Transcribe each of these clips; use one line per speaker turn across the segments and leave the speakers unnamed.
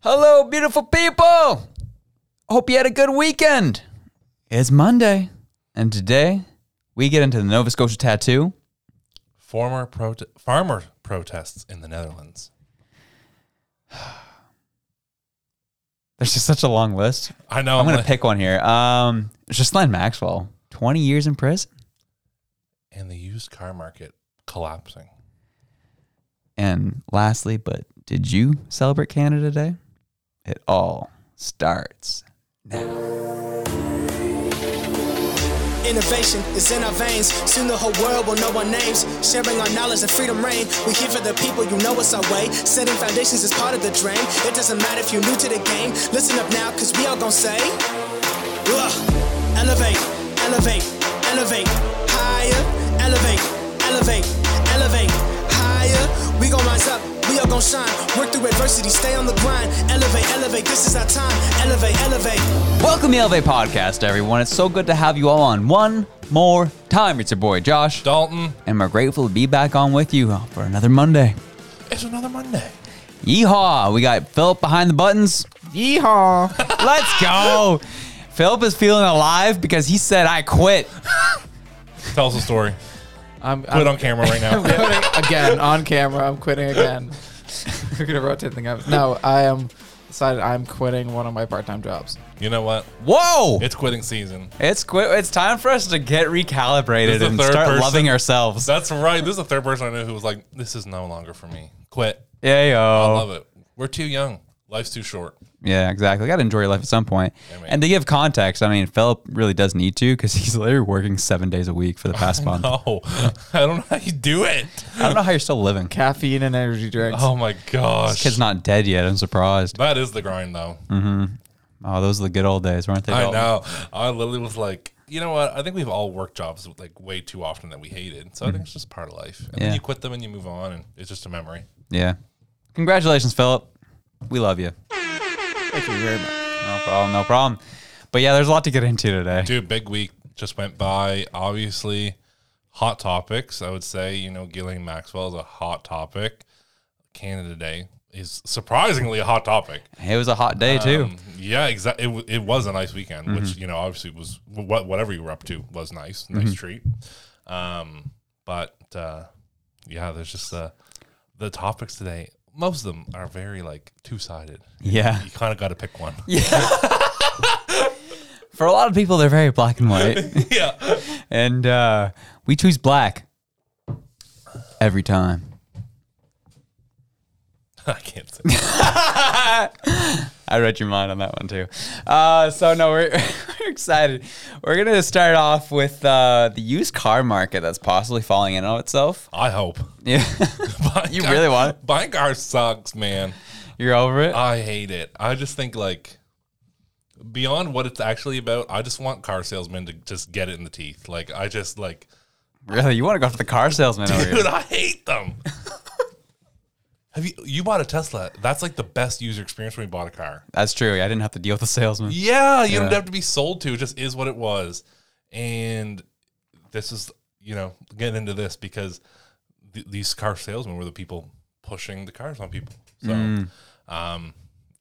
Hello, beautiful people. Hope you had a good weekend. It's Monday, and today we get into the Nova Scotia tattoo.
Former prote- farmer protests in the Netherlands.
There's just such a long list.
I know.
I'm gonna
like-
pick one here. Um, Ghislaine Maxwell, 20 years in prison,
And the used car market collapsing.
and lastly, but did you celebrate Canada Day? It all starts
Innovation is in our veins. Soon the whole world will know our names. Sharing our knowledge and freedom reign. We here for the people, you know it's our way. Setting foundations is part of the dream. It doesn't matter if you're new to the game. Listen up now, cause we all gon' say. Ugh. Elevate, elevate, elevate, higher, elevate, elevate, elevate, higher. We gon' rise up, we all gon' shine. Work through adversity, stay on the grind. Elevate, elevate, this is our time. Elevate, elevate.
Welcome to the LVA Podcast, everyone. It's so good to have you all on one more time. It's your boy Josh,
Dalton,
and we're grateful to be back on with you for another Monday.
it's another Monday.
Yeehaw! We got Philip behind the buttons. Yeehaw! Let's go. Philip is feeling alive because he said, "I quit."
Tell us a story.
I'm,
Put
I'm
it on camera right now.
quitting again on camera. I'm quitting again. We're gonna rotate things up. No, I am decided I'm quitting one of my part-time jobs.
you know what?
Whoa!
It's quitting season.
It's quit. It's time for us to get recalibrated
This is the
and
third
start
person.
loving ourselves.
That's right. This is the third person I knew who was like, this is no longer for me. Quit.
Yeah, yo.
I love it. We're too young. Life's too short.
Yeah, exactly. Got to enjoy your life at some point.
man.
and to give context, I mean, Philip really does need to because he's literally working seven days a week for the past month.
No, I don't know how you do it.
I don't know how you're still living.
Caffeine and energy drinks.
Oh my gosh.
Kid's not dead yet. I'm surprised.
That is the grind though.
Oh, those are the good old days, weren't they?
I
Dalton?
know. I literally was like, you know what? I think we've all worked jobs like way too often that we hated. So I think it's just part of life. And
Yeah.
then you quit them and you move on, and it's just a memory.
Yeah. Congratulations, Philip. We love you.
Thank you very much.
No problem. No problem. But yeah, there's a lot to get into today.
Dude, big week just went by. Obviously, hot topics. I would say, you know, Gillian Maxwell is a hot topic. Canada Day is surprisingly a hot topic.
It was a hot day too.
Um, yeah, exactly. It, w- it was a nice weekend, which
Mm-hmm.
you know, obviously was what whatever you were up to was nice, nice treat. Um, but uh, yeah, there's just uh, the topics today. Most of them are very like two sided.
Yeah.
You kind of got to pick one.
For a lot of people, they're very black and white,
yeah,
and uh, we choose black every time.
I can't. Say.
I read your mind on that one too. Uh, so no, we're, we're excited. We're gonna start off with uh, the used car market that's possibly falling in on itself.
I hope.
Yeah,
Buying
You really want it?
Buying car sucks, man.
you're over
Uh,
it.
I hate it. I just think like beyond what it's actually about. I just want car salesmen to just get it in the teeth. Like I just like,
Really, you want to go for the car salesman over here?
dude, I hate them. Have you you bought a Tesla? That's like the best user experience when you bought a car.
That's true. I didn't have to deal with the salesman.
Yeah, you don't
Yeah.
have to be sold to. It just is what it was. And this is, you know, getting into this because th- these car salesmen were the people pushing the cars on people. So, um,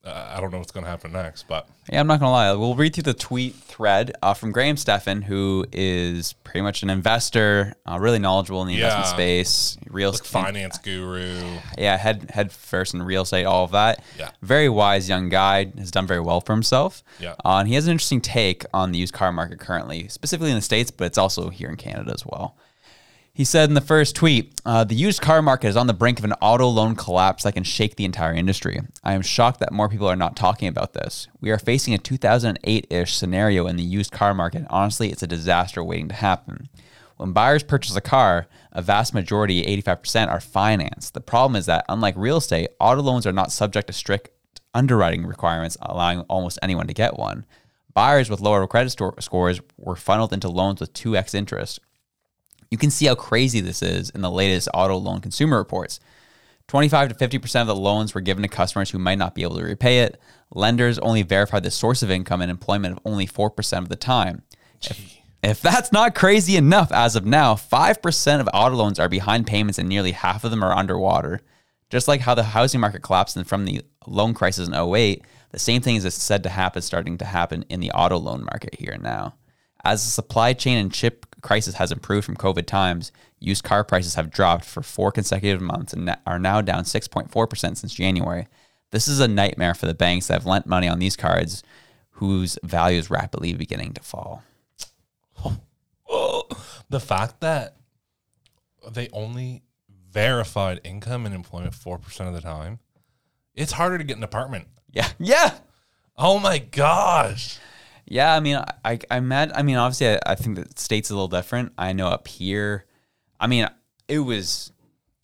uh, I don't know what's going to happen next, but
Yeah, I'm not gonna lie. We'll read through the tweet thread uh, from Graham Stefan, who is pretty much an investor, uh, really knowledgeable in the investment
Yeah.
space, real
like
estate,
finance guru.
yeah, head head first in real estate, all of that.
Yeah.
very wise young guy has done very well for himself.
Yeah.
uh, and he has an interesting take on the used car market currently, specifically in the states, but it's also here in Canada as well. He said in the first tweet, uh, the used car market is on the brink of an auto loan collapse that can shake the entire industry. I am shocked that more people are not talking about this. We are facing a 2008 ish scenario in the used car market. Honestly, it's a disaster waiting to happen. When buyers purchase a car, a vast majority, 85%, are financed. The problem is that, unlike real estate, auto loans are not subject to strict underwriting requirements, allowing almost anyone to get one. Buyers with lower credit stor- scores were funneled into loans with 2x interest. You can see how crazy this is in the latest auto loan consumer reports. 25 to 50% of the loans were given to customers who might not be able to repay it. Lenders only verified the source of income and employment of only 4% of the time. If, if that's not crazy enough as of now, 5% of auto loans are behind payments and nearly half of them are underwater. Just like how the housing market collapsed and from the loan crisis in 08, the same thing is said to happen is starting to happen in the auto loan market here and now. As the supply chain and chip crisis has improved from COVID times, used car prices have dropped for four consecutive months and are now down 6.4% since January. This is a nightmare for the banks that have lent money on these cards whose value is rapidly beginning to fall.
Oh, the fact that they only verified income and employment 4% of the time, it's harder to get an apartment.
Yeah. Yeah.
Oh my gosh.
Yeah, I mean, I- I I mad. I mean, obviously, I, I think the state's a little different. I know up here, I mean, it was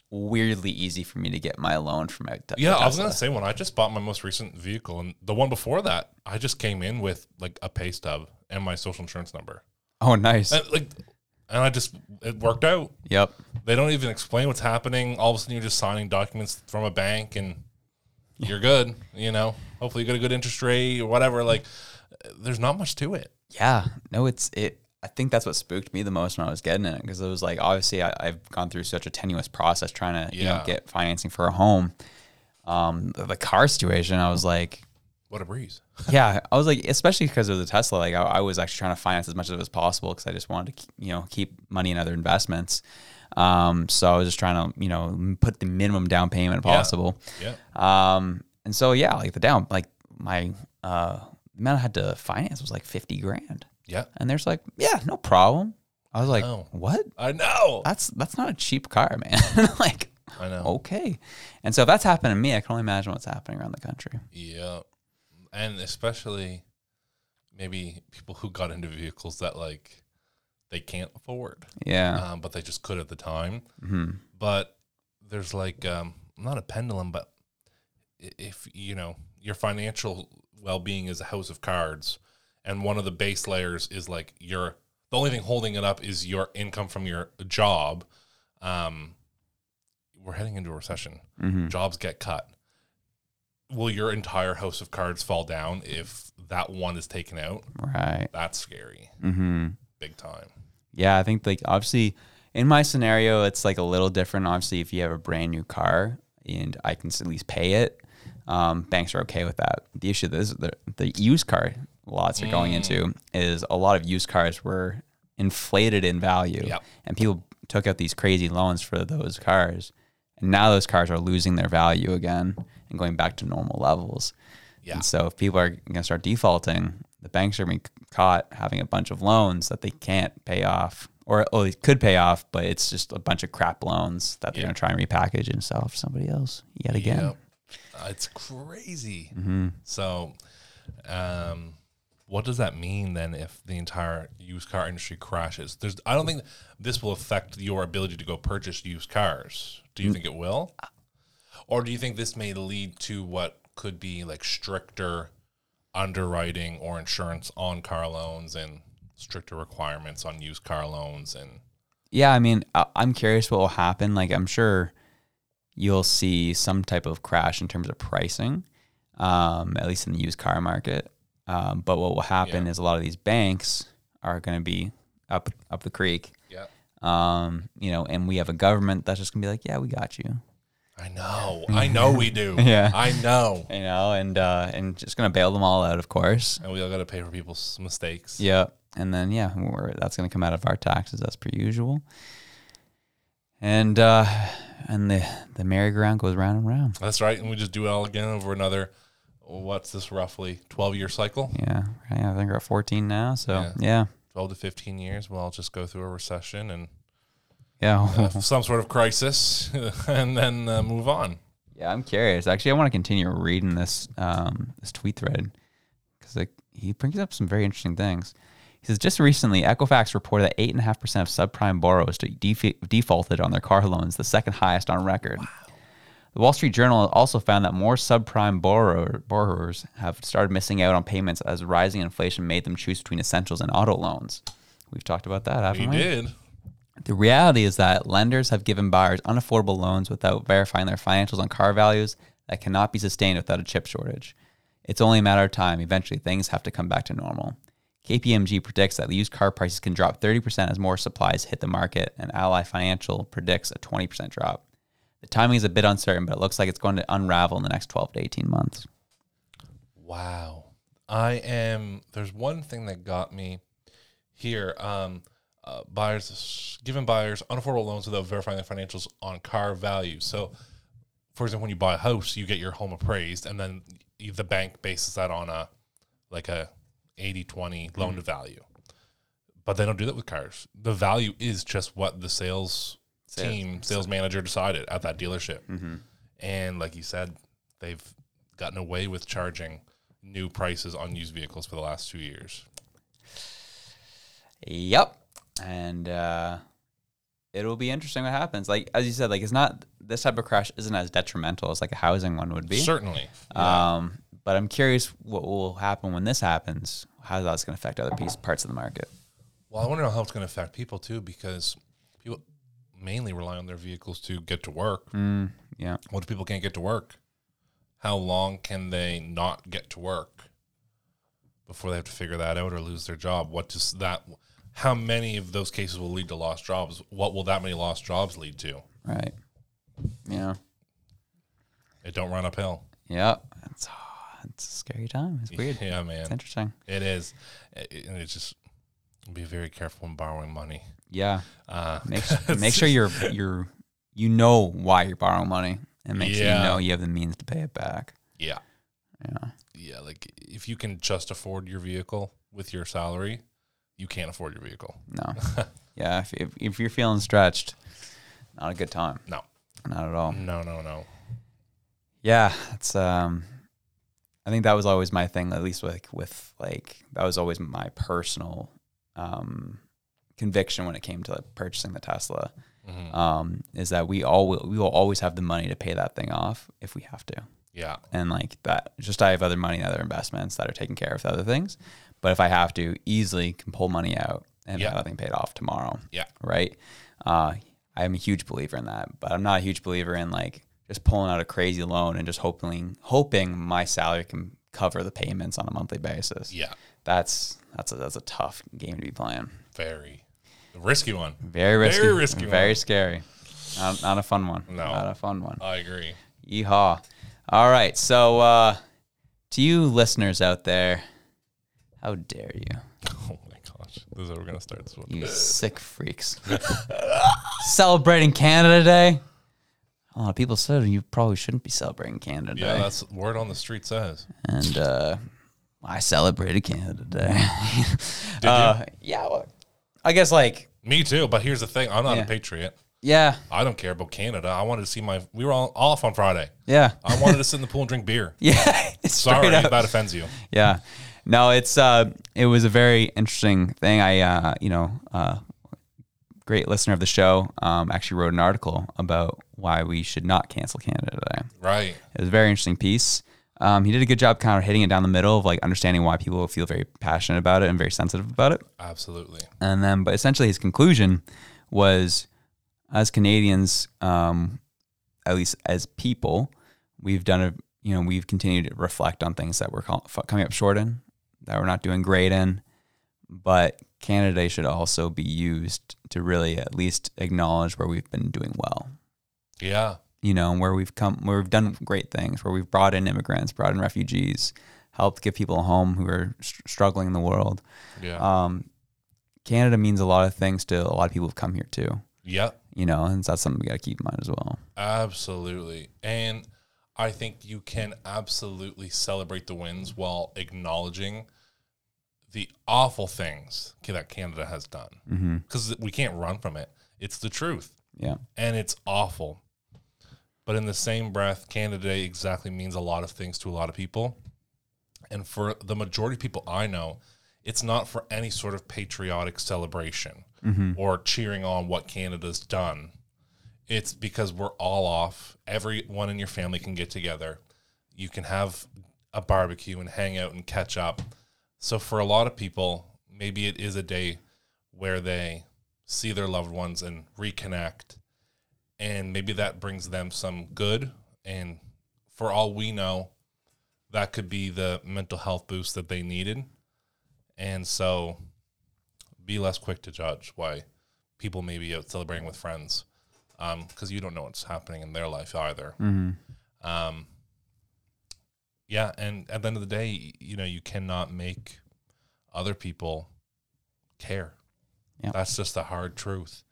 weirdly easy for me to get my loan from my.
Yeah, I was going to say when I just bought my most recent vehicle and the one before that, I just came in with like a pay stub and my social insurance number.
Oh, nice.
And, like and I just it worked out.
yep.
They don't even explain what's happening. All of a sudden you're just signing documents from a bank and you're good, you know. Hopefully you get a good interest rate or whatever like there's not much to it.
Yeah. No, it's it. I think that's what spooked me the most when I was getting it because it was like obviously I, I've gone through such a tenuous process trying to you know
Yeah.
get financing for a home. Um, the, the car situation, I was like,
What a breeze.
yeah, I was like, especially because of the Tesla. Like, I, I was actually trying to finance as much of it as possible because I just wanted to, ke- you know, keep money in other investments. Um, so I was just trying to, you know, m- put the minimum down payment possible.
Yeah.
Um, and so yeah, like the down, like my uh, amount I had to finance was like fifty grand,
Yeah.
and there's like, yeah, no problem. I was like,
Oh.
what?
I know.
That's that's not a cheap car, man. like,
I know.
okay. And so if that's happened to me, I can only imagine what's happening around the country.
Yeah. And especially maybe people who got into vehicles that like they can't afford,
Yeah.
um, but they just could at the time. But there's like, um, not a pendulum, but i- if you know, your financial well being is a house of cards, and one of the base layers is like your the only thing holding it up is your income from your job. Um, we're heading into a recession. Jobs get cut will your entire house of cards fall down if that one is taken out?
Right.
That's scary,
Mm-hmm.
big time.
Yeah, I think like obviously in my scenario, it's like a little different. Obviously, if you have a brand new car and I can at least pay it, um, banks are okay with that. The issue is the the used car lots are going into is a lot of used cars were inflated in value,
Yep.
and people took out these crazy loans for those cars, and now those cars are losing their value again and going back to normal levels.
Yeah.
And so if people are going to start defaulting, the banks are going to be caught having a bunch of loans that they can't pay off, or oh, they could pay off, but it's just a bunch of crap loans that they're going to try and repackage and sell to somebody else yet again.
Yep. Uh, it's crazy. So, um, what does that mean then if the entire used car industry crashes? There's, I don't think this will affect your ability to go purchase used cars. Do you think it will? Or do you think this may lead to what could be like stricter underwriting or insurance on car loans and stricter requirements on used car loans and
yeah, I mean, I- I'm curious what will happen. Like, I'm sure you'll see some type of crash in terms of pricing, um, at least in the used car market. Um, but what will happen is a lot of these banks are going to be up up the creek,
yeah.
um, you know, and we have a government that's just going to be like, yeah, we got you,
I know. I know we do.
Yeah.
I know.
you know, and uh, and just going to bail them all out, of course.
And we all got to pay for people's mistakes.
Yeah, and then yeah, we're, that's going to come out of our taxes as per usual. And uh, and the the merry-go-round goes round and round.
That's right. And we just do it all again over another, what's this roughly, 12 year cycle?
Yeah, right. I think we're at 14 now. So yeah,
Yeah.
yeah,
12 to 15 years. We'll all just go through a recession and
yeah.
uh, some sort of crisis and then uh, move on.
I'm curious. Actually, I want to continue reading this um, this tweet thread because like he brings up some very interesting things. He says just recently, Equifax reported that eight and a half percent of subprime borrowers de- defa- defaulted on their car loans, the second highest on record. The Wall Street Journal also found that more subprime borrower, borrowers have started missing out on payments as rising inflation made them choose between essentials and auto loans. We've talked about that, haven't
You
we?
did.
The reality is that lenders have given buyers unaffordable loans without verifying their financials on car values that cannot be sustained without a chip shortage. It's only a matter of time. Eventually, things have to come back to normal. KPMG predicts that used car prices can drop 30% as more supplies hit the market, and Ally Financial predicts a 20% drop. The timing is a bit uncertain, but it looks like it's going to unravel in the next 12 to 18 months.
Wow. I am. There's one thing that got me here. Um, uh, buyers giving buyers unaffordable loans without verifying their financials on car value. So, for example, when you buy a house, you get your home appraised, and then y- the bank bases that on a like a 80-20 loan to value. But they don't do that with cars. The value is just what the sales,
Sales.
team, sales manager decided at that dealership. And like you said, they've gotten away with charging new prices on used vehicles for the last two years.
Yep. And uh, it'll be interesting what happens. Like as you said, like it's not this type of crash isn't as detrimental as like a housing one would be.
Certainly.
Um, but I'm curious what will happen when this happens. How that's going to affect other piece, parts of the market.
Well, I wonder how it's going to affect people too, because people mainly rely on their vehicles to get to work.
Mm. Yeah.
What if people can't get to work? How long can they not get to work before they have to figure that out or lose their job? What does that? How many of those cases will lead to lost jobs? What will that many lost jobs lead to?
Right. Yeah.
It don't run uphill.
Yeah. It's, it's a scary time. It's weird.
Yeah, man.
It's interesting.
It is, I- I- and it's just be very careful when borrowing money.
Yeah.
Uh,
Make make sure you're you're you know why you're borrowing money and make sure
Yeah.
you know you have the means to pay it back.
yeah,
Yeah.
yeah. Like if you can just afford your vehicle with your salary, you can't afford your vehicle.
No. yeah. If, if if you're feeling stretched, not a good time.
No,
Not at all.
no, no, no.
Yeah, it's um I think that was always my thing, at least with with like that was always my personal um conviction when it came to like, purchasing the Tesla.
Mm-hmm.
Um, is that we all will, we will always have the money to pay that thing off if we have to.
Yeah,
And like that just I have other money, other investments that are taken care of other things. But if I have to, easily can pull money out and
Yeah.
have that thing paid off tomorrow
yeah,
right? Uh, I'm a huge believer in that, but I'm not a huge believer in like just pulling out a crazy loan and just hoping hoping my salary can cover the payments on a monthly basis.
yeah.
That's that's a, that's a tough game to be playing.
Very risky one.
Very risky.
Very risky
Very
one.
scary. Not, not a fun one.
No.
Not a fun one.
I agree.
Yeehaw. All right. So uh, to you listeners out there, how dare you?
Oh my gosh, this is how we're gonna start this one.
You sick freaks. Celebrating Canada Day? A lot of people said you probably shouldn't be celebrating Canada
Yeah,
Day.
that's word on the street says.
And uh, I celebrated Canada Day. uh, yeah, well, I guess like,
Me too. But here's the thing: I'm not
Yeah.
a patriot.
yeah,
I don't care about Canada. I wanted to see my. We were all off on Friday.
yeah.
I wanted to sit in the pool and drink beer.
yeah. it's
Uh, Sorry
straight
if
up.
that offends you.
yeah. No, it's uh, it was a very interesting thing. I uh, you know, uh, great listener of the show um, actually wrote an article about why we should not cancel Canada Day.
Right.
It was a very interesting piece. Um, he did a good job kind of hitting it down the middle of like understanding why people feel very passionate about it and very sensitive about it.
Absolutely.
And then, but essentially, his conclusion was as Canadians, um, at least as people, we've done a, you know, we've continued to reflect on things that we're call, f- coming up short in, that we're not doing great in. But Canada Day should also be used to really at least acknowledge where we've been doing well
Yeah.
you know, where we've come, where we've done great things, where we've brought in immigrants, brought in refugees, helped give people a home who are str struggling in the world.
Yeah.
Um, Canada means a lot of things to a lot of people who've come here too,
yep.
you know, and that's something we got to keep in mind as well.
Absolutely. And I think you can absolutely celebrate the wins while acknowledging the awful things ca- that Canada has done because we can't run from it. It's the truth
Yeah.
and it's awful. But in the same breath, Canada Day exactly means a lot of things to a lot of people. And for the majority of people I know, it's not for any sort of patriotic celebration or cheering on what Canada's done. It's because we're all off. Everyone in your family can get together. You can have a barbecue and hang out and catch up. So for a lot of people, maybe it is a day where they see their loved ones and reconnect. And maybe that brings them some good. And for all we know, that could be the mental health boost that they needed. And so be less quick to judge why people may be out celebrating with friends. because you don't know what's happening in their life either. Um, yeah, and at the end of the day, y- you know, you cannot make other people care.
Yeah.
That's just the hard truth.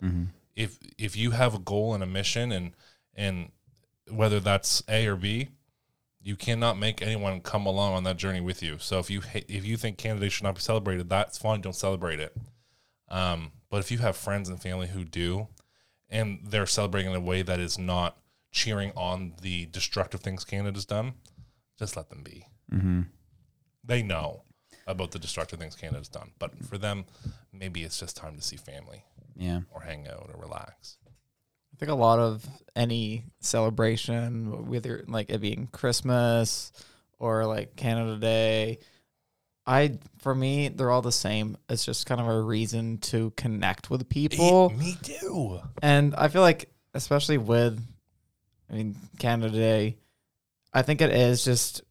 If if you have a goal and a mission, and and whether that's A or B, you cannot make anyone come along on that journey with you. So if you ha- if you think Canada Day should not be celebrated, that's fine. Don't celebrate it. Um, but if you have friends and family who do, and they're celebrating in a way that is not cheering on the destructive things Canada's done, just let them be. Mm-hmm. They know about the destructive things Canada's done, but for them, maybe it's just time to see family
Yeah.
or hang out or relax.
I think a lot of any celebration, whether like it being Christmas or like Canada Day, I for me they're all the same. It's just kind of a reason to connect with people,
Me too.
and I feel like especially with, I mean Canada Day, I think it is just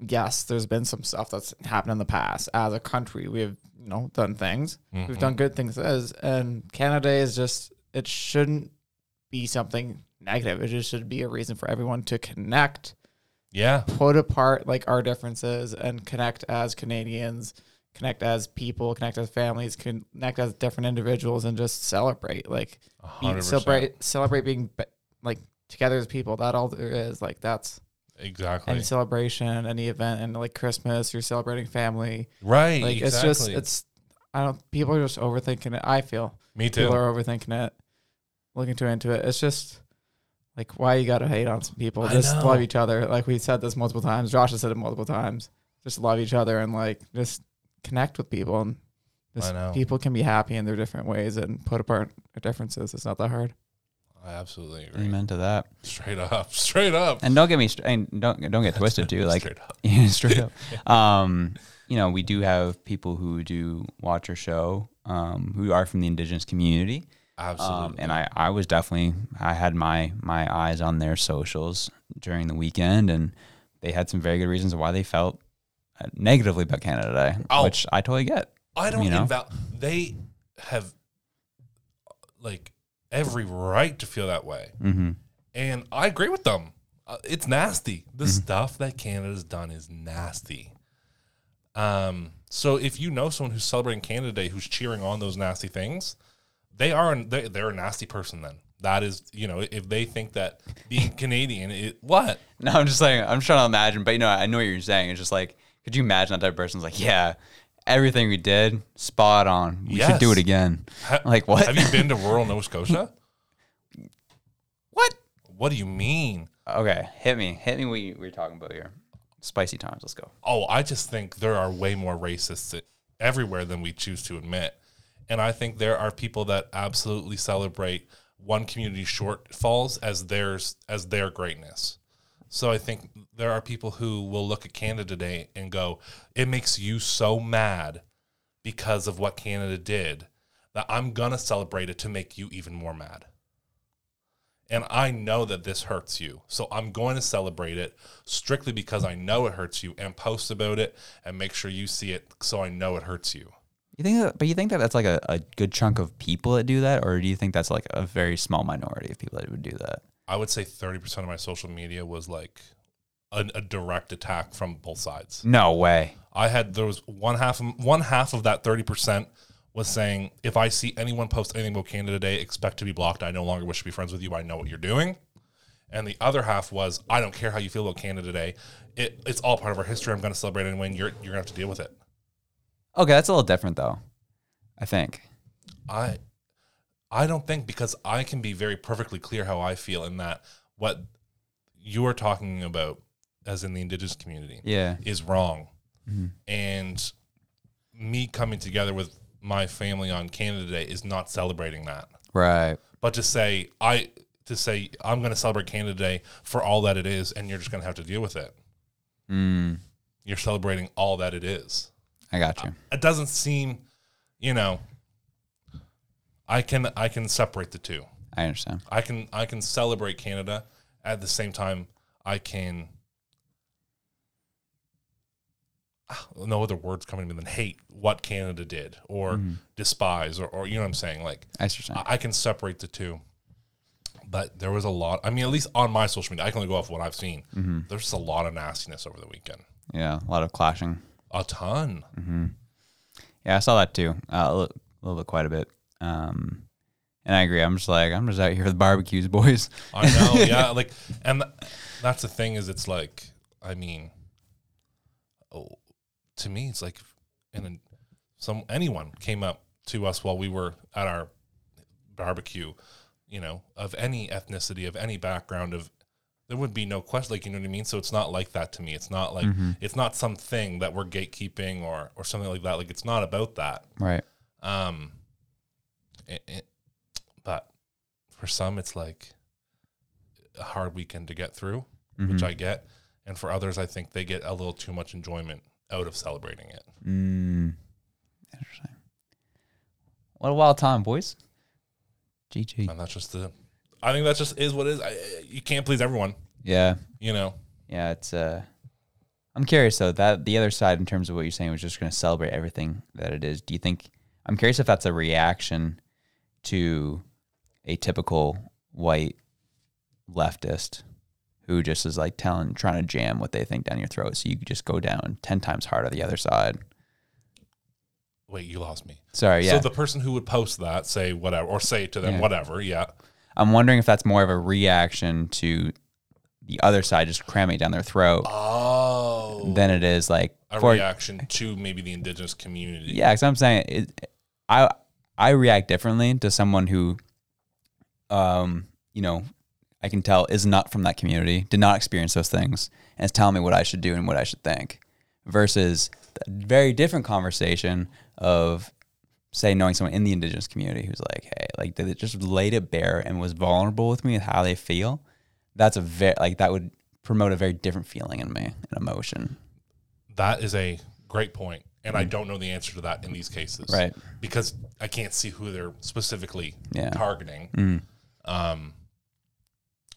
yes. There's been some stuff that's happened in the past as a country. We have you know done things. We've done good things as and Canada Day is just it shouldn't be something negative. It just should be a reason for everyone to connect,
Yeah.
put apart like our differences and connect as Canadians, connect as people, connect as families, connect as different individuals and just celebrate. Like be-
100%.
celebrate celebrate being be- like together as people. That all there is. Like that's
Exactly.
any celebration, any event and like Christmas, you're celebrating family.
right.
Like
exactly.
it's just it's I don't people are just overthinking it. I feel
me too.
people are overthinking it, looking too into it. It's just like why you gotta hate on some people.
I
Just
know.
love each other. Like we said this multiple times. Josh has said it multiple times. Just love each other and like just connect with people and just
I know.
people can be happy in their different ways and put apart their differences. It's not that hard.
I absolutely agree.
Amen to that.
Straight up. Straight up.
And don't get me, str- and don't don't get twisted too. Like
Straight up.
Yeah, straight up. Um, you know, we do have people who do watch our show um, who are from the indigenous community.
Absolutely.
Um, and I, I was definitely, I had my, my eyes on their socials during the weekend, and they had some very good reasons why they felt uh, negatively about Canada Day,
Oh.
which I totally get.
I don't
you know?
inval- they have like every right to feel that way.
Mm-hmm.
And I agree with them. Uh, it's nasty. The
Mm-hmm.
stuff that Canada's done is nasty. Um so if you know someone who's celebrating Canada Day who's cheering on those nasty things, they are an, they, they're a nasty person then. That is, you know, if they think that being Canadian it what?
No, I'm just like, I'm trying to imagine, but you know, I know what you're saying. It's just like, could you imagine that type of person's like, yeah, everything we did, spot on. We should do
Yes.
it again.
Ha-
like, what?
Have you been to rural Nova Scotia?
what?
What do you mean?
Okay, hit me. Hit me what you, we're talking about here. Spicy times. Let's go.
oh, I just think there are way more racists i- everywhere than we choose to admit. And I think there are people that absolutely celebrate one community's shortfalls as theirs as their greatness. So I think there are people who will look at Canada Day and go, "It makes you so mad because of what Canada did that I'm going to celebrate it to make you even more mad." and I know that this hurts you. So I'm going to celebrate it strictly because I know it hurts you and post about it and make sure you see it so I know it hurts you.
You think that, but you think that that's like a, a good chunk of people that do that, or do you think that's like a very small minority of people that would do that?
I would say 30% of my social media was like a, a direct attack from both sides.
No way.
I had there was one half of, one half of that 30% was saying if I see anyone post anything about Canada Day, expect to be blocked. I no longer wish to be friends with you. I know what you're doing. And the other half was I don't care how you feel about Canada Day. It, it's all part of our history. I'm going to celebrate it anyway, and you're you're going to have to deal with it.
Okay, that's a little different though. I think.
I I don't think because I can be very perfectly clear how I feel in that what you are talking about as in the indigenous community
Yeah.
is wrong. And me coming together with my family on Canada Day is not celebrating that.
Right.
But to say I to say I'm going to celebrate Canada Day for all that it is and you're just going to have to deal with it. You're celebrating all that it is
I got you.
it doesn't seem, you know, I can I can separate the two.
I understand.
I can I can celebrate Canada at the same time I can Ah, no other words coming to me than hate what Canada did or despise or, or you know what I'm saying like
I understand.
I I can separate the two. but there was a lot. I mean, at least on my social media, I can only go off what I've seen. There's just a lot of nastiness over the weekend.
Yeah, a lot of clashing.
A ton.
Yeah, I saw that too. Uh, a little, little bit, quite a bit. Um, and I agree. I'm just like, I'm just out here with barbecues, boys.
I know, yeah. Like, and th- that's the thing is, it's like, I mean, oh, to me, it's like, and then some anyone came up to us while we were at our barbecue, you know, of any ethnicity, of any background, of there would be no question, like you know what I mean. So it's not like that to me. It's not like it's not something that we're gatekeeping or or something like that. Like it's not about that.
Right.
Um, it, it, but for some, it's like a hard weekend to get through,
Mm-hmm.
which I get. And for others, I think they get a little too much enjoyment out of celebrating it.
Mm. Interesting. What a wild time, boys. GG.
And that's just the, I think that's just is what it is. I, you can't please everyone,
Yeah.
you know.
Yeah, it's uh I'm curious though, that the other side in terms of what you're saying was just gonna celebrate everything that it is. Do you think I'm curious if that's a reaction to a typical white leftist who just is like telling trying to jam what they think down your throat so you could just go down ten times harder the other side.
Wait, you lost me.
Sorry, yeah.
So the person who would post that say whatever or say to them
Yeah.
whatever, yeah.
I'm wondering if that's more of a reaction to the other side just cramming it down their throat
Oh,
than it is like
Um, a
for
reaction to maybe the indigenous community.
Yeah, because I'm saying it, I I react differently to someone who, um, you know, I can tell is not from that community, did not experience those things, and is telling me what I should do and what I should think, versus the very different conversation of say knowing someone in the indigenous community who's like, hey, like they just laid it bare and was vulnerable with me with how they feel. That's a very like that would promote a very different feeling in me, an emotion.
That is a great point, and I don't know the answer to that in these cases,
Mm. Right.
Because I can't see who they're specifically
Yeah. Mm.
targeting. Um,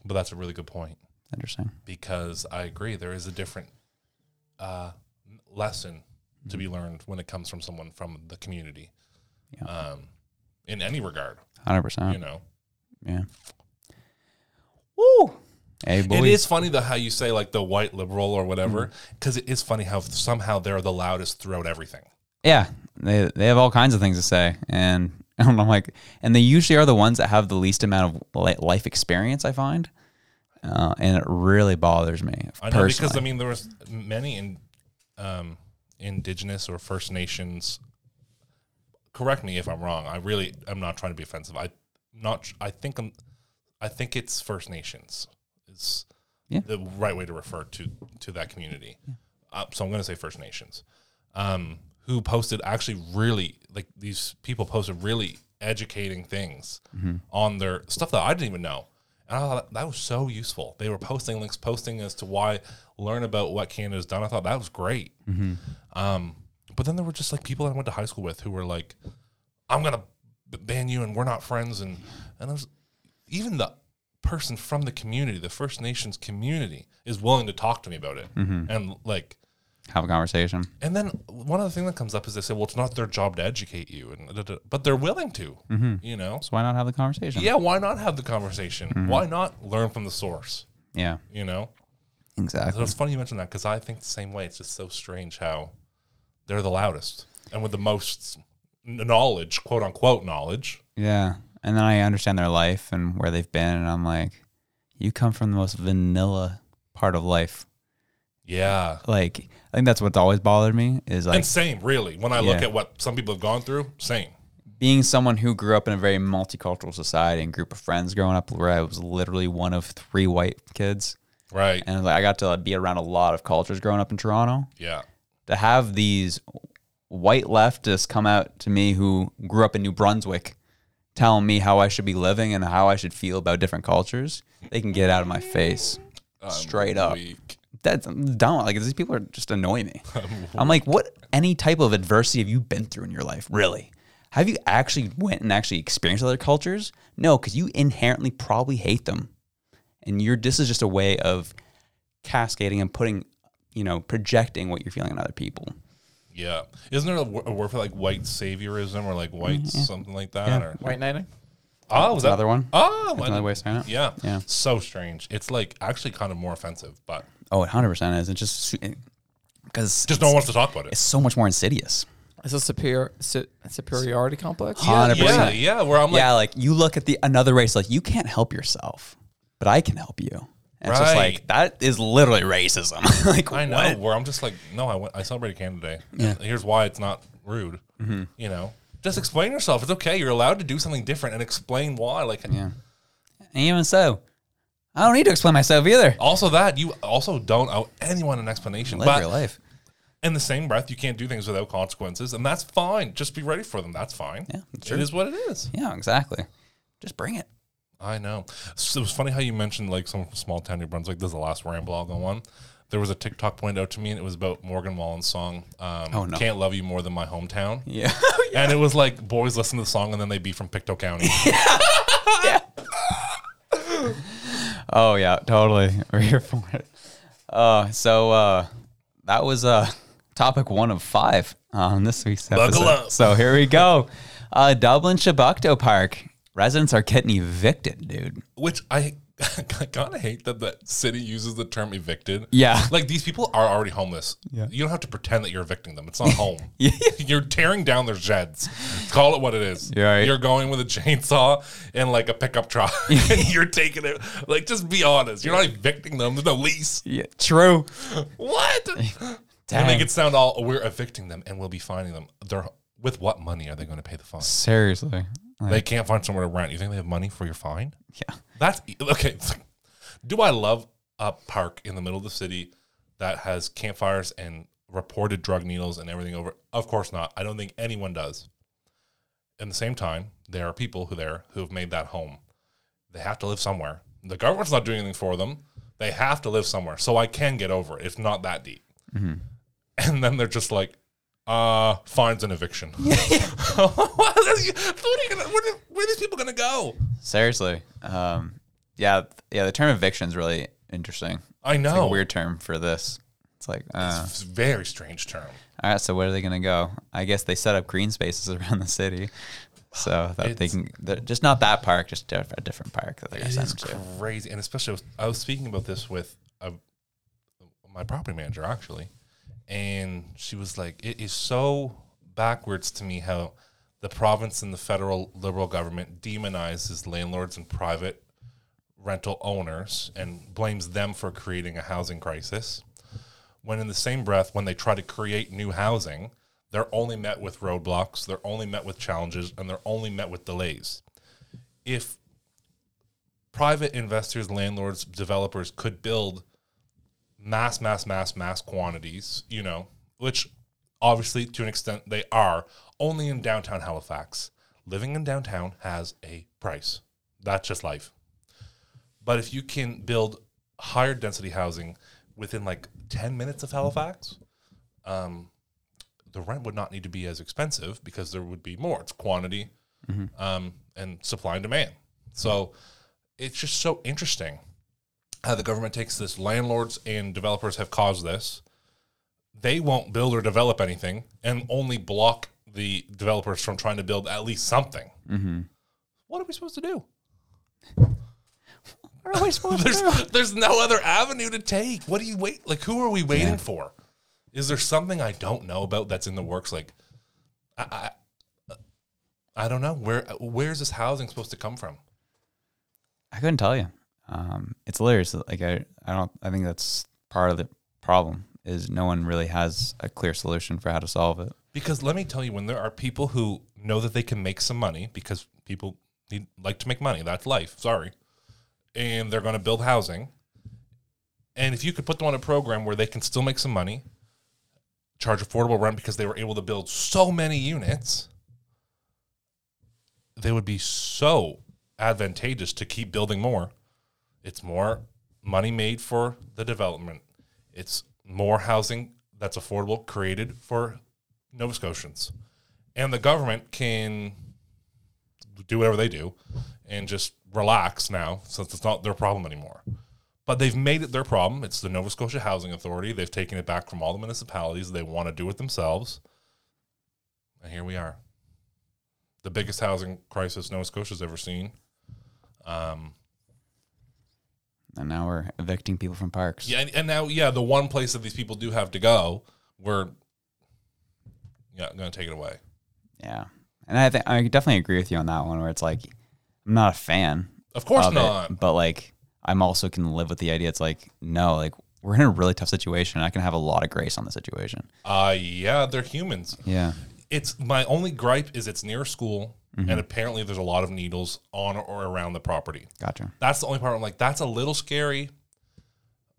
but that's a really good point
Interesting.
because I agree there is a different uh, lesson to be learned when it comes from someone from the community,
Mm. Yeah.
um, in any regard,
Hundred percent.
you know.
Yeah. Woo! Hey, boys.
It is funny though how you say like the white liberal or whatever,
Mm.
because it is funny how somehow they're the loudest throughout everything.
Yeah, they they have all kinds of things to say, and and I'm like, and they usually are the ones that have the least amount of li- life experience. I find, uh, and it really bothers me
I know
personally.
because I mean there was many in, um, indigenous or First Nations. Correct me if I'm wrong. I really am not trying to be offensive. I not I think I'm I think it's First Nations is
Yeah.
the right way to refer to to that community. Uh, so I'm going to say First Nations, um, who posted actually really like these people posted really educating things on their stuff that I didn't even know. And I thought that was so useful. They were posting links, posting as to why learn about what Canada's done. I thought that was great. Um, but then there were just like people that I went to high school with who were like, "I'm gonna b- ban you," and we're not friends. And and I was even the person from the community, the First Nations community, is willing to talk to me about it. And like,
have a conversation.
and then one other thing that comes up is they say, "Well, it's not their job to educate you," and da- da- da- but they're willing to.
Mm-hmm.
You know,
So why not have the conversation?
yeah. Why not have the conversation?
Mm-hmm.
Why not learn from the source?
Yeah,
You know, so
exactly.
it's funny you mentioned that because I think the same way. It's just so strange how they're the loudest and with the most n- knowledge, quote unquote knowledge.
Yeah, and then I understand their life and where they've been, and I'm like, you come from the most vanilla part of life.
Yeah.
Like, I think that's what's always bothered me is like
and same, really. When I look
Yeah.
at what some people have gone through, same.
being someone who grew up in a very multicultural society and group of friends growing up where I was literally one of three white kids
Right.
and like I got to like, be around a lot of cultures growing up in Toronto
yeah.
to have these white leftists come out to me who grew up in New Brunswick telling me how I should be living and how I should feel about different cultures they can get out of my face straight up
Weak.
that's I'm dumb like these people are just annoy me I'm like what any type of adversity have you been through in your life really have you actually went and actually experienced other cultures no because you inherently probably hate them and you're this is just a way of cascading and putting you know projecting what you're feeling on other people
Yeah.
Mm-hmm.
Isn't there a, wo- a word for like white saviorism or like white something like that? Or
White knighting?
Oh,
That's
was that
another one?
Oh,
That's another way of saying it.
Yeah.
Yeah.
So strange. It's like actually kind of more offensive, but
Oh, it 100% is. It just because
just no one wants to talk about
it's
it.
so much more insidious.
It's a superior su- superiority complex.
Yeah. 100%.
Yeah, yeah. Where I'm like,
yeah, like you look at the another race, like you can't help yourself, but I can help you. And it's just
Right.
like that is literally racism. like
I know.
what?
Where I'm just like, no, I went, I celebrated Canada Day.
Yeah. Mm-hmm.
Here's why it's not rude. You know, just explain yourself. It's okay. You're allowed to do something different and explain why. Like,
And even so, I don't need to explain myself either.
also that you also don't owe anyone an explanation.
Live
but
your life.
in the same breath, you can't do things without consequences, and that's fine. Just be ready for them. That's fine.
Yeah,
it is
sure.
what it is.
Yeah, exactly. Just bring it.
I know. So it was funny how you mentioned like some small town New Brunswick. This is the last ramble I'll go on. There was a TikTok pointed out to me, and it was about Morgan Wallen's song um,
Oh, no.
"Can't Love You More Than My Hometown."
Yeah.
And it was like boys listen to the song, and then they be from Pictou County.
oh yeah, totally. We're here for it. Uh, so uh, that was uh, topic one of five on this week's episode.
Buckle up.
So here we go. Uh, Dublin Shabakto Park residents are getting evicted, dude.
Which I, I kind of hate that that city uses the term evicted.
Yeah.
Like these people are already homeless. Yeah. You don't have to pretend that you're evicting them. It's not home.
Yeah.
You're tearing down their sheds. Call it what it is.
You're right.
You're going with a chainsaw and like a pickup truck. and you're taking it. Like, just be honest. You're not evicting them. There's no lease.
Yeah, true.
What? And
Dang.
make it sound all we're evicting them and we'll be finding them. They're with what money are they going to pay the fine?
Seriously. Like,
They can't find somewhere to rent. You think they have money for your fine?
yeah.
That's e, okay. it's like, Do I love a park in the middle of the city that has campfires and reported drug needles and everything over? Of course not. I don't think anyone does. At the same time, there are people who there who have made that home. They have to live somewhere. The government's not doing anything for them. They have to live somewhere. So I can get over it. It's not that deep.
Mm-hmm.
And then they're just like, uh, fines and eviction. what are you gonna, where, do- where are these people going to go?
Seriously. Um, yeah. th- Yeah. The term eviction is really interesting.
I know.
It's like a weird term for this. It's like, uh,
It's a very strange term.
all right. So where are they going to go? I guess they set up green spaces around the city, so that they
It's-
can. They're just not that park, just diff- a different park that they're going
It
to send
is
them to.
crazy, and especially I was, I was speaking about this with a, my property manager actually, and she was like, "It is so backwards to me how the province and the federal liberal government demonizes landlords and private rental owners and blames them for creating a housing crisis." When in the same breath, when they try to create new housing, they're only met with roadblocks, they're only met with challenges, and they're only met with delays. If private investors, landlords, developers could build mass, mass, mass, mass quantities, you know, which obviously to an extent they are only in downtown Halifax. Living in downtown has a price. That's just life. But if you can build higher density housing within like 10 minutes of Halifax, um, the rent would not need to be as expensive because there would be more. It's quantity um, and supply and demand. So it's just so interesting how the government takes this. Landlords and developers have caused this. They won't build or develop anything and only block the developers from trying to build at least something. What are we supposed to do?
What are we supposed
There's there's no other avenue to take. What do you wait? Like who are we waiting for? Is there something I don't know about that's in the works? Like I, I I don't know where where's this housing supposed to come from?
I couldn't tell you. Um, it's hilarious. Like I, I don't. I think that's part of the problem is no one really has a clear solution for how to solve it.
Because let me tell you, when there are people who know that they can make some money, because people need, like to make money, that's life. Sorry, and they're going to build housing. And if you could put them on a program where they can still make some money, charge affordable rent because they were able to build so many units, they would be so advantageous to keep building more. It's more money made for the development. It's more housing that's affordable created for Nova Scotians. And the government can do whatever they do and just relax now since it's not their problem anymore. But they've made it their problem. It's the Nova Scotia Housing Authority. They've taken it back from all the municipalities. They want to do it themselves. And here we are. The biggest housing crisis Nova Scotia's ever seen. Um,
And now we're evicting people from parks.
yeah, and, and now yeah, the one place that these people do have to go, we're yeah going to take it away.
Yeah. And I think I definitely agree with you on that one where it's like I'm not a fan.
Of course
it,
not.
but like I'm also can live with the idea it's like, no, like we're in a really tough situation. and I can have a lot of grace on the situation.
Uh yeah, they're humans.
Yeah.
It's my only gripe is it's near a school,
Mm-hmm.
and apparently there's a lot of needles on or around the property.
Gotcha.
That's the only part I'm like, that's a little scary,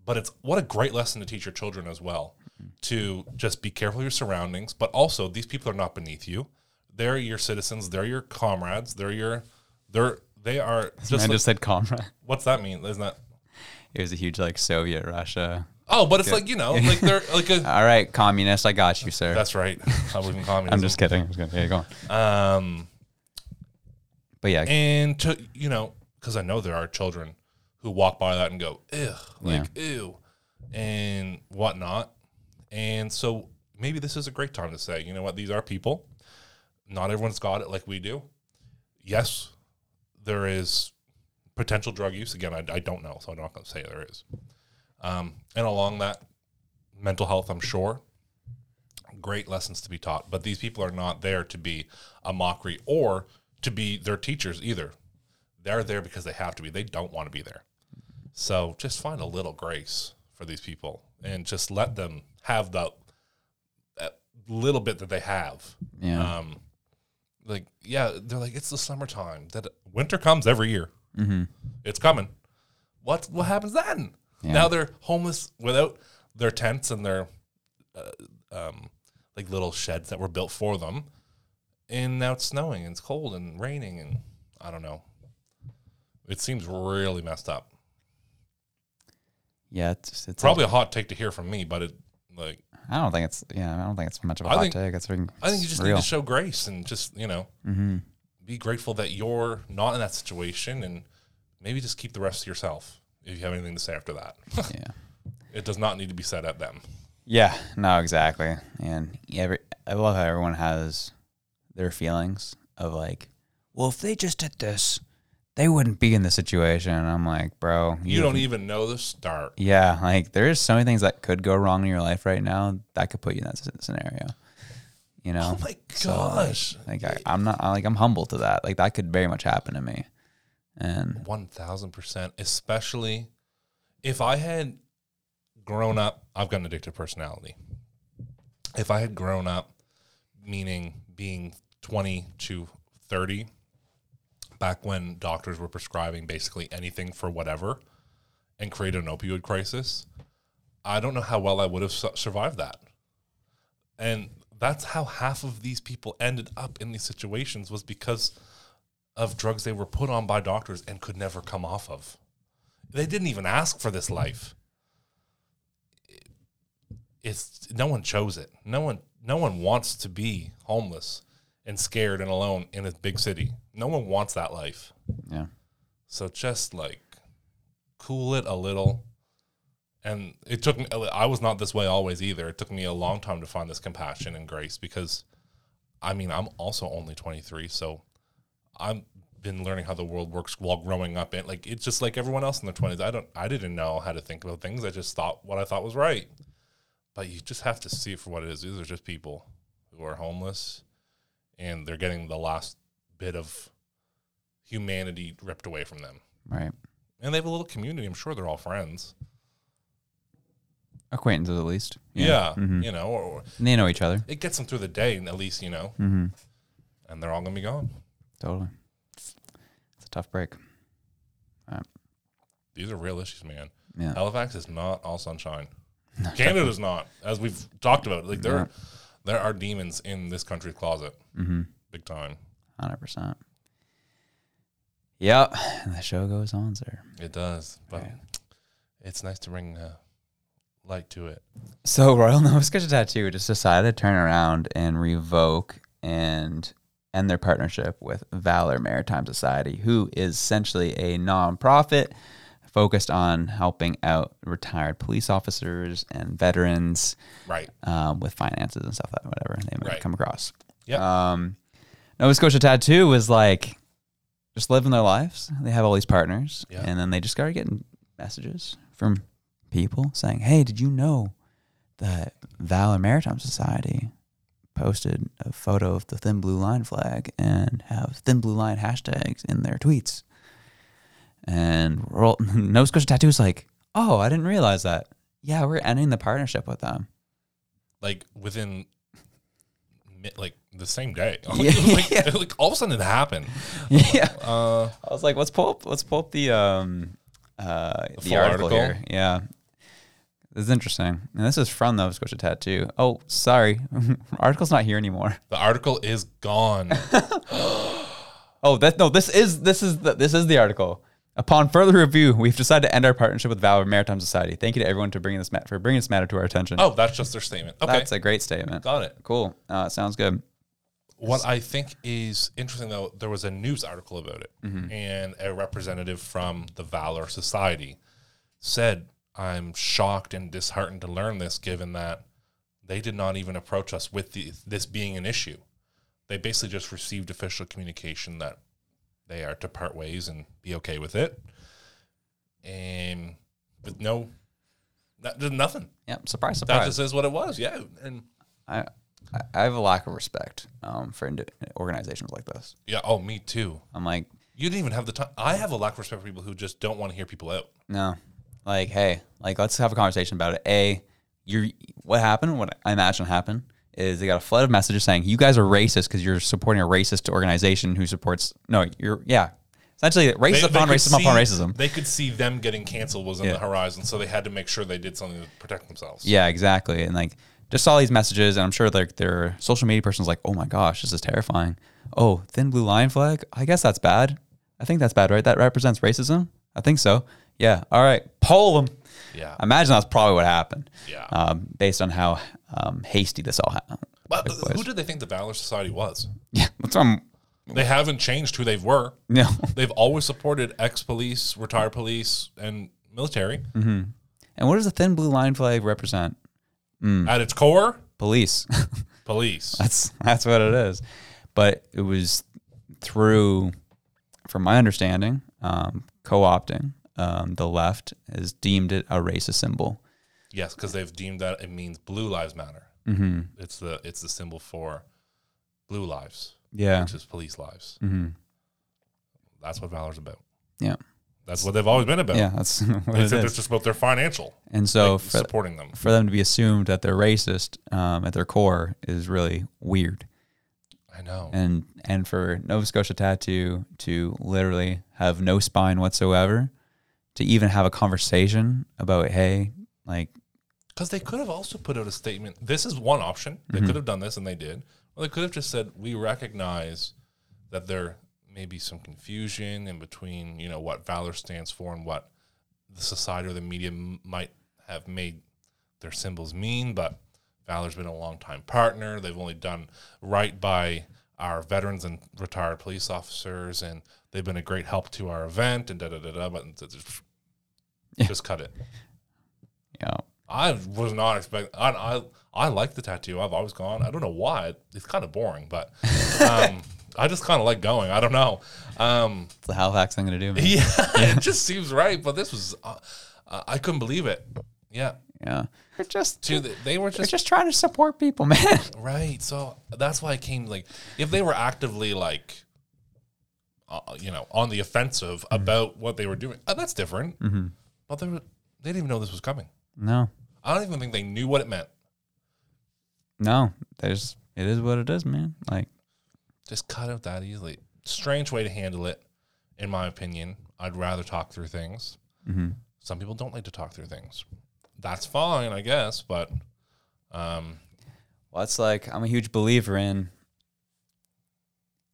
but it's what a great lesson to teach your children as well to just be careful of your surroundings, but also these people are not beneath you. They're your citizens, they're your comrades, they're your they're they are just,
I
like-
just said comrade.
what's that mean? Isn't that
It was a huge like Soviet Russia.
Oh, but it's like, you know, like they're like a
All right, communist, I got you, sir.
That's right. I believe in communism.
I'm just kidding. I'm just kidding. Yeah, go on.
um
But yeah,
and to you know because i know there are children who walk by that and go ugh like ew and whatnot and so maybe this is a great time to say you know what these are people not everyone's got it like we do yes there is potential drug use again i, I don't know so i'm not going to say there is um, and along that mental health i'm sure great lessons to be taught, but these people are not there to be a mockery or to be their teachers either. They're there because they have to be. They don't want to be there. So just find a little grace for these people and just let them have the that little bit that they have.
yeah.
Um, like, yeah, they're like, it's the summertime. That winter comes every year. It's coming. What what happens then? Now they're homeless without their tents and their uh, um, like little sheds that were built for them. And now it's snowing and it's cold and raining and I don't know. It seems really messed up.
yeah, it's, it's
Probably a hot take to hear from me, but it like
I don't think it's yeah. I don't think it's much of a
I
hot
think-
take. It's freaking.
I think you just
real.
need to show grace and just you know be grateful that you're not in that situation, and maybe just keep the rest to yourself if you have anything to say after that.
Yeah.
it does not need to be said at them.
Yeah. No. Exactly. And every I love how everyone has their feelings of like, well, if they just did this, they wouldn't be in this situation. And I'm like, bro,
You don't even know the start.
Yeah, like there is so many things that could go wrong in your life right now that could put you in that s- scenario. You know.
Oh my gosh,
Like I, I'm not I- like I'm humble to that. Like that could very much happen to me. And
one thousand percent. Especially if I had grown up, I've got an addictive personality. If I had grown up, meaning being twenty to thirty, back when doctors were prescribing basically anything for whatever, and created an opioid crisis, I don't know how well I would have su- survived that. And that's how half of these people ended up in these situations was because of drugs they were put on by doctors and could never come off of. They didn't even ask for this life. It's no one chose it. No one no one wants to be homeless and scared and alone in a big city. No one wants that life.
yeah.
So just like cool it a little. And it took me, I was not this way always either. It took me a long time to find this compassion and grace because I mean, I'm also only 23. So I've been learning how the world works while growing up. And like, it's just like everyone else in their 20s. I don't, I didn't know how to think about things. I just thought what I thought was right. But you just have to see it for what it is. These are just people who are homeless and they're getting the last bit of humanity ripped away from them.
Right.
And they have a little community. I'm sure they're all friends.
Acquaintances at least.
Yeah.
Mm-hmm.
You know, or, or
And they know each other. Mm-hmm.
it gets them through the day, and at least, you know, and they're all going to be gone.
Totally. It's a tough break.
These are real issues, man.
Yeah.
Halifax is not all sunshine. Canada's not, as we've talked about. Like, there, there are demons in this country's closet, big time.
Mm-hmm. Hundred percent. Yep. And the show goes on, sir.
It does. But it's nice to bring uh, light to it.
So Royal Nova Scotia Tattoo just decided to turn around and revoke and end their partnership with Valor Maritime Society, who is essentially a nonprofit focused on helping out retired police officers and veterans
Right.
um, with finances and stuff like whatever they might
Right.
come across.
Yep.
Um, Nova Scotia Tattoo was like, just living their lives. They have all these partners,
Yeah.
and then they just started getting messages from people saying, "Hey, did you know that Valor Maritime Society posted a photo of the Thin Blue Line flag and have Thin Blue Line hashtags in their tweets?" And we're all- Nova Scotia Tattoo's like, "Oh, I didn't realize that. Yeah, we're ending the partnership with them."
like within mi- like the same day.
Yeah.
It was like, it- like, all of a sudden it happened.
yeah.
Uh,
I was like, let's pull up, let's pull up the um, uh, the,
full
article,
article?
here. Yeah, this is interesting. And this is from the Nova Scotia Tattoo. Oh, sorry, article's not here anymore.
the article is gone.
Oh, that no, this is this is the, this is the article. Upon further review, we've decided to end our partnership with Valor Maritime Society. Thank you to everyone to bring this mat- for bringing this matter to our attention.
oh, that's just their statement. Okay.
that's a great statement.
Got it.
Cool. Uh, sounds good.
What I think is interesting though, there was a news article about it, and a representative from the Valor Society said, "I'm shocked and disheartened to learn this, given that they did not even approach us with the, this being an issue. They basically just received official communication that they are to part ways and be okay with it, and with no, not, there's nothing.
Yep. Surprise,
That
surprise.
just is what it was. Yeah, and
I, I I have a lack of respect um, for indi- organizations like this.
yeah. Oh, me too.
I'm like,
You didn't even have the time. I have a lack of respect for people who just don't want to hear people out.
No. Like, hey, like let's have a conversation about it. A, you what happened, what I imagine happened is they got a flood of messages saying you guys are racist because you're supporting a racist organization who supports no, you're yeah. Essentially racist
They- they
upon
could
racism upon
see-
racism.
They could see them getting canceled was on
Yeah.
the horizon, so they had to make sure they did something to protect themselves.
Yeah, exactly. And like just saw these messages, and I'm sure like their social media person's like, oh my gosh, this is terrifying. Oh, thin blue line flag. I guess that's bad. I think that's bad, right? That represents racism. I think so. Yeah. All right. Poll them.
Yeah.
I imagine that's probably what happened.
Yeah.
Um, based on how um, hasty this all happened.
But who did they think the Valor Society was?
Yeah. That's what I'm.
They haven't changed who they were.
No.
They've always supported ex police, retired police, and military.
Mm-hmm. And what does the thin blue line flag represent?
At its core,
Police.
police.
That's that's what it is. But it was through, from my understanding, um, co-opting um, the left has deemed it a racist symbol.
Yes, because they've deemed that it means blue lives matter.
Mm-hmm.
It's the it's the symbol for blue lives,
Yeah,
which is police lives.
Mm-hmm.
That's what Valor's about.
yeah,
That's what they've always been about.
yeah. That's what it
Except it's
is.
just about their financial
And so for,
supporting them.
for them to be assumed that they're racist um, at their core is really weird.
I know.
And and for Nova Scotia Tattoo to literally have no spine whatsoever, to even have a conversation about hey, like
Because they could have also put out a statement. This is one option. They could have done this and they did. Or they could have just said, we recognize that there may be some confusion in between, you know, what Valor stands for and what the society or the media m- might have made their symbols mean. But Valor's been a longtime partner. They've only done right by our veterans and retired police officers. And they've been a great help to our event and da da da da. But just, just cut it.
you know,
I was not expecting. I, I I like the tattoo. I've always gone. I don't know why. It's kind of boring, but um, I just kind of like going. I don't know. Um,
it's the Halifax thing to do. Man.
yeah, it just seems right. But this was, uh, uh, I couldn't believe it. Yeah,
Yeah. They're just
too. They, they were
they're
just,
just trying to support people, man.
right. So that's why I came. Like, if they were actively like, uh, you know, on the offensive about what they were doing, uh, that's different. But they were, they didn't even know this was coming.
No.
I don't even think they knew what it meant.
No. There's it is what it is, man. Like
just cut out that easily. Strange way to handle it, in my opinion. I'd rather talk through things. Some people don't like to talk through things. That's fine, I guess, but um,
well, it's like I'm a huge believer in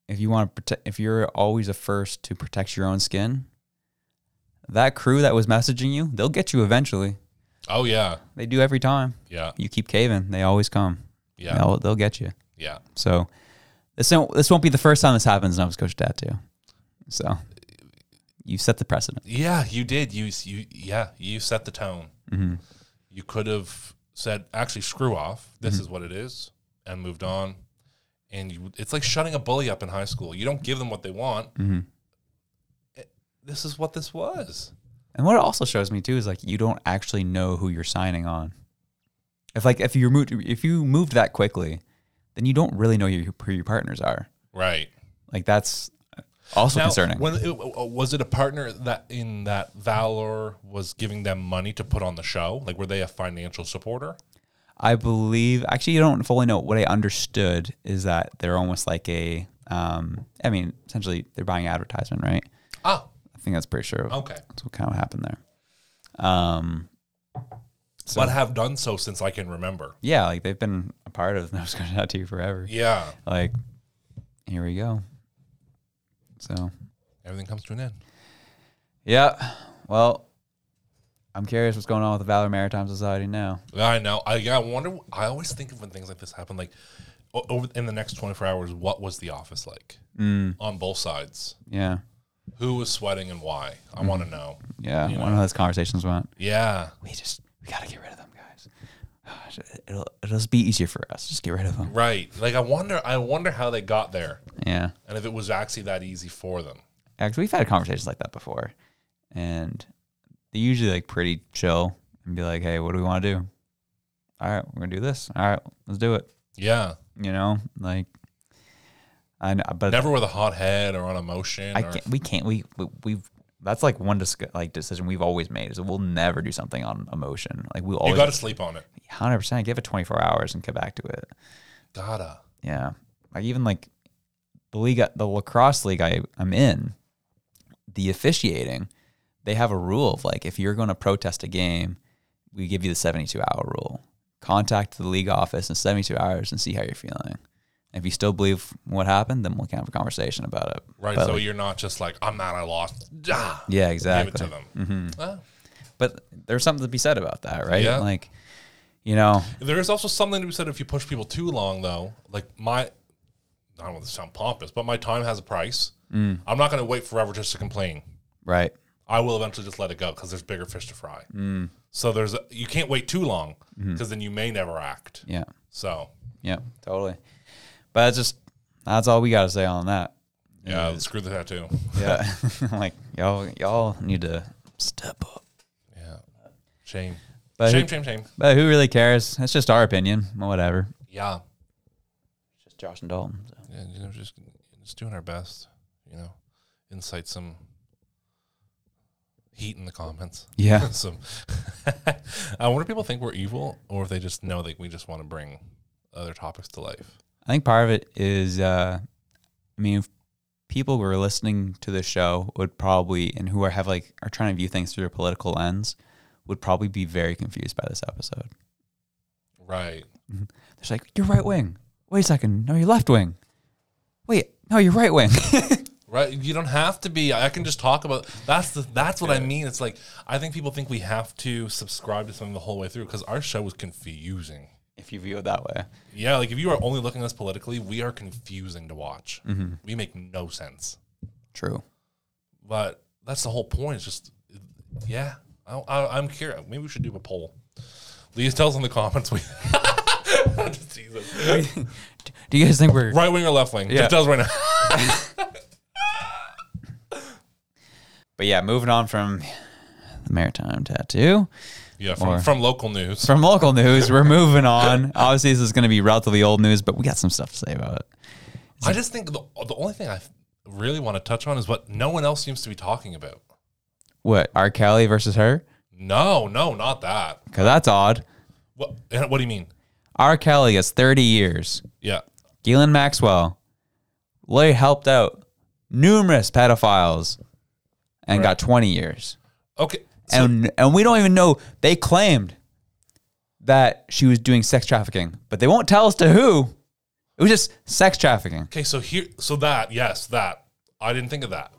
if you want to protect if you're always the first to protect your own skin, that crew that was messaging you, they'll get you eventually.
oh yeah,
They do every time.
yeah,
You keep caving, they always come.
Yeah.
They'll they'll get you.
yeah.
So this won't, this won't be the first time this happens in Nova Scotia Tattoo. So you set the precedent.
Yeah, you did. You you yeah, you set the tone. You could have said, "Actually, screw off. This is what it is," and moved on. And you, it's like shutting a bully up in high school. You don't give them what they want. this is what this was.
And what it also shows me too is like you don't actually know who you're signing on. If like if you moved if you moved that quickly, then you don't really know your, who your partners are.
Right.
Like that's also
Now,
concerning.
When it, uh, was it a partner that in that Valor was giving them money to put on the show? Like, were they a financial supporter?
I believe actually you don't fully know what I understood is that they're almost like a um I mean essentially they're buying advertisement, right?
Ah,
I think that's pretty sure.
okay.
That's what kind of happened there. Um
but have done so since I can remember.
yeah, like they've been a part of Nose Guard Out to You forever.
Yeah.
Like here we go. So
Everything comes to an end.
Yeah. Well, I'm curious what's going on with the Valor Maritime Society now.
I know. I, yeah, I wonder. I always think of when things like this happen, like o- over in the next 24 hours, what was the office like
Mm.
on both sides?
Yeah.
Who was sweating and why? I want to know.
Yeah.
You
One of those conversations went.
Yeah.
We just we gotta get rid of them guys. Gosh, It'll it'll just be easier for us. Just get rid of them.
Right. Like I wonder. I wonder how they got there,
Yeah.
and if it was actually that easy for them.
Actually, we've had conversations like that before, and they're usually like pretty chill and be like, "Hey, what do we want to do? All right, we're gonna do this. All right, let's do it."
Yeah.
You know, like I know, but
Never with a hot head or on emotion.
I
or,
can't. We can't. We, we we've. That's like one disc- like decision we've always made is that we'll never do something on emotion. Like we'll
You
always
got to sleep on it.
hundred percent give it twenty four hours and get back to it.
Gotta.
Yeah. Like even like the league, the lacrosse league I I'm in, the officiating, they have a rule of like if you're going to protest a game, we give you the seventy two hour rule. Contact the league office in seventy two hours and see how you're feeling. If you still believe what happened, then we can have a conversation about it.
Right.
But,
so
like,
you're not just like I'm mad. I lost. Ah,
yeah,
Give
exactly.
it to them. Ah.
but there's something to be said about that, right?
Yeah.
Like, you know,
There is also something to be said if you push people too long, though. Like my, I don't want to sound pompous, but my time has a price.
Mm.
I'm not going to wait forever just to complain.
right?
I will eventually just let it go because there's bigger fish to fry.
Mm.
So there's a, you can't wait too long
Mm-hmm.
because then you may never act.
Yeah,
So
yeah, totally. But that's just that's all we got to say on that.
yeah, screw the tattoo.
Yeah, like y'all, y'all need to step up.
Yeah, shame,
But
shame,
who,
shame, shame.
but who really cares? That's just our opinion. Well, whatever.
Yeah,
It's just Josh and Dalton. so.
yeah you know, just just doing our best. You know, incite some heat in the comments.
Yeah,
some I wonder if people think we're evil or if they just know that we just want to bring other topics to life.
I think part of it is, uh, I mean, if people who are listening to the show would probably, and who are have like are trying to view things through a political lens, would probably be very confused by this episode.
Right.
It's like, you're right wing. Wait a second. No, you're left wing. Wait, no, you're right wing.
Right. You don't have to be. I can just talk about that's the that's what I mean. It's like I think people think we have to subscribe to something the whole way through because our show is confusing.
if you view it that way.
Yeah, like if you are only looking at us politically, we are confusing to watch. We make no sense.
True.
But that's the whole point. It's just yeah. I, I, I'm curious. Maybe we should do a poll. Please tell us in the comments. We Jesus.
Do you guys think we're.
right wing or left wing.
Yeah.
Just tell us right now.
But yeah, moving on from the maritime tattoo.
Yeah, from,
Or-
from local news.
From local news, we're moving on. Obviously, this is going to be relatively old news, but we got some stuff to say about it.
I just think the, the only thing I really want to touch on is what no one else seems to be talking about.
What? R. Kelly versus her?
No, no, not that.
Because that's odd.
What, and what do you mean?
R. Kelly gets 30 years.
Yeah.
Galen Maxwell, Lloyd helped out numerous pedophiles and got 20 years.
Okay. So,
and and we don't even know they claimed that she was doing sex trafficking, but they won't tell us to who. It was just sex trafficking.
okay, so here, so that, yes, that. I didn't think of that.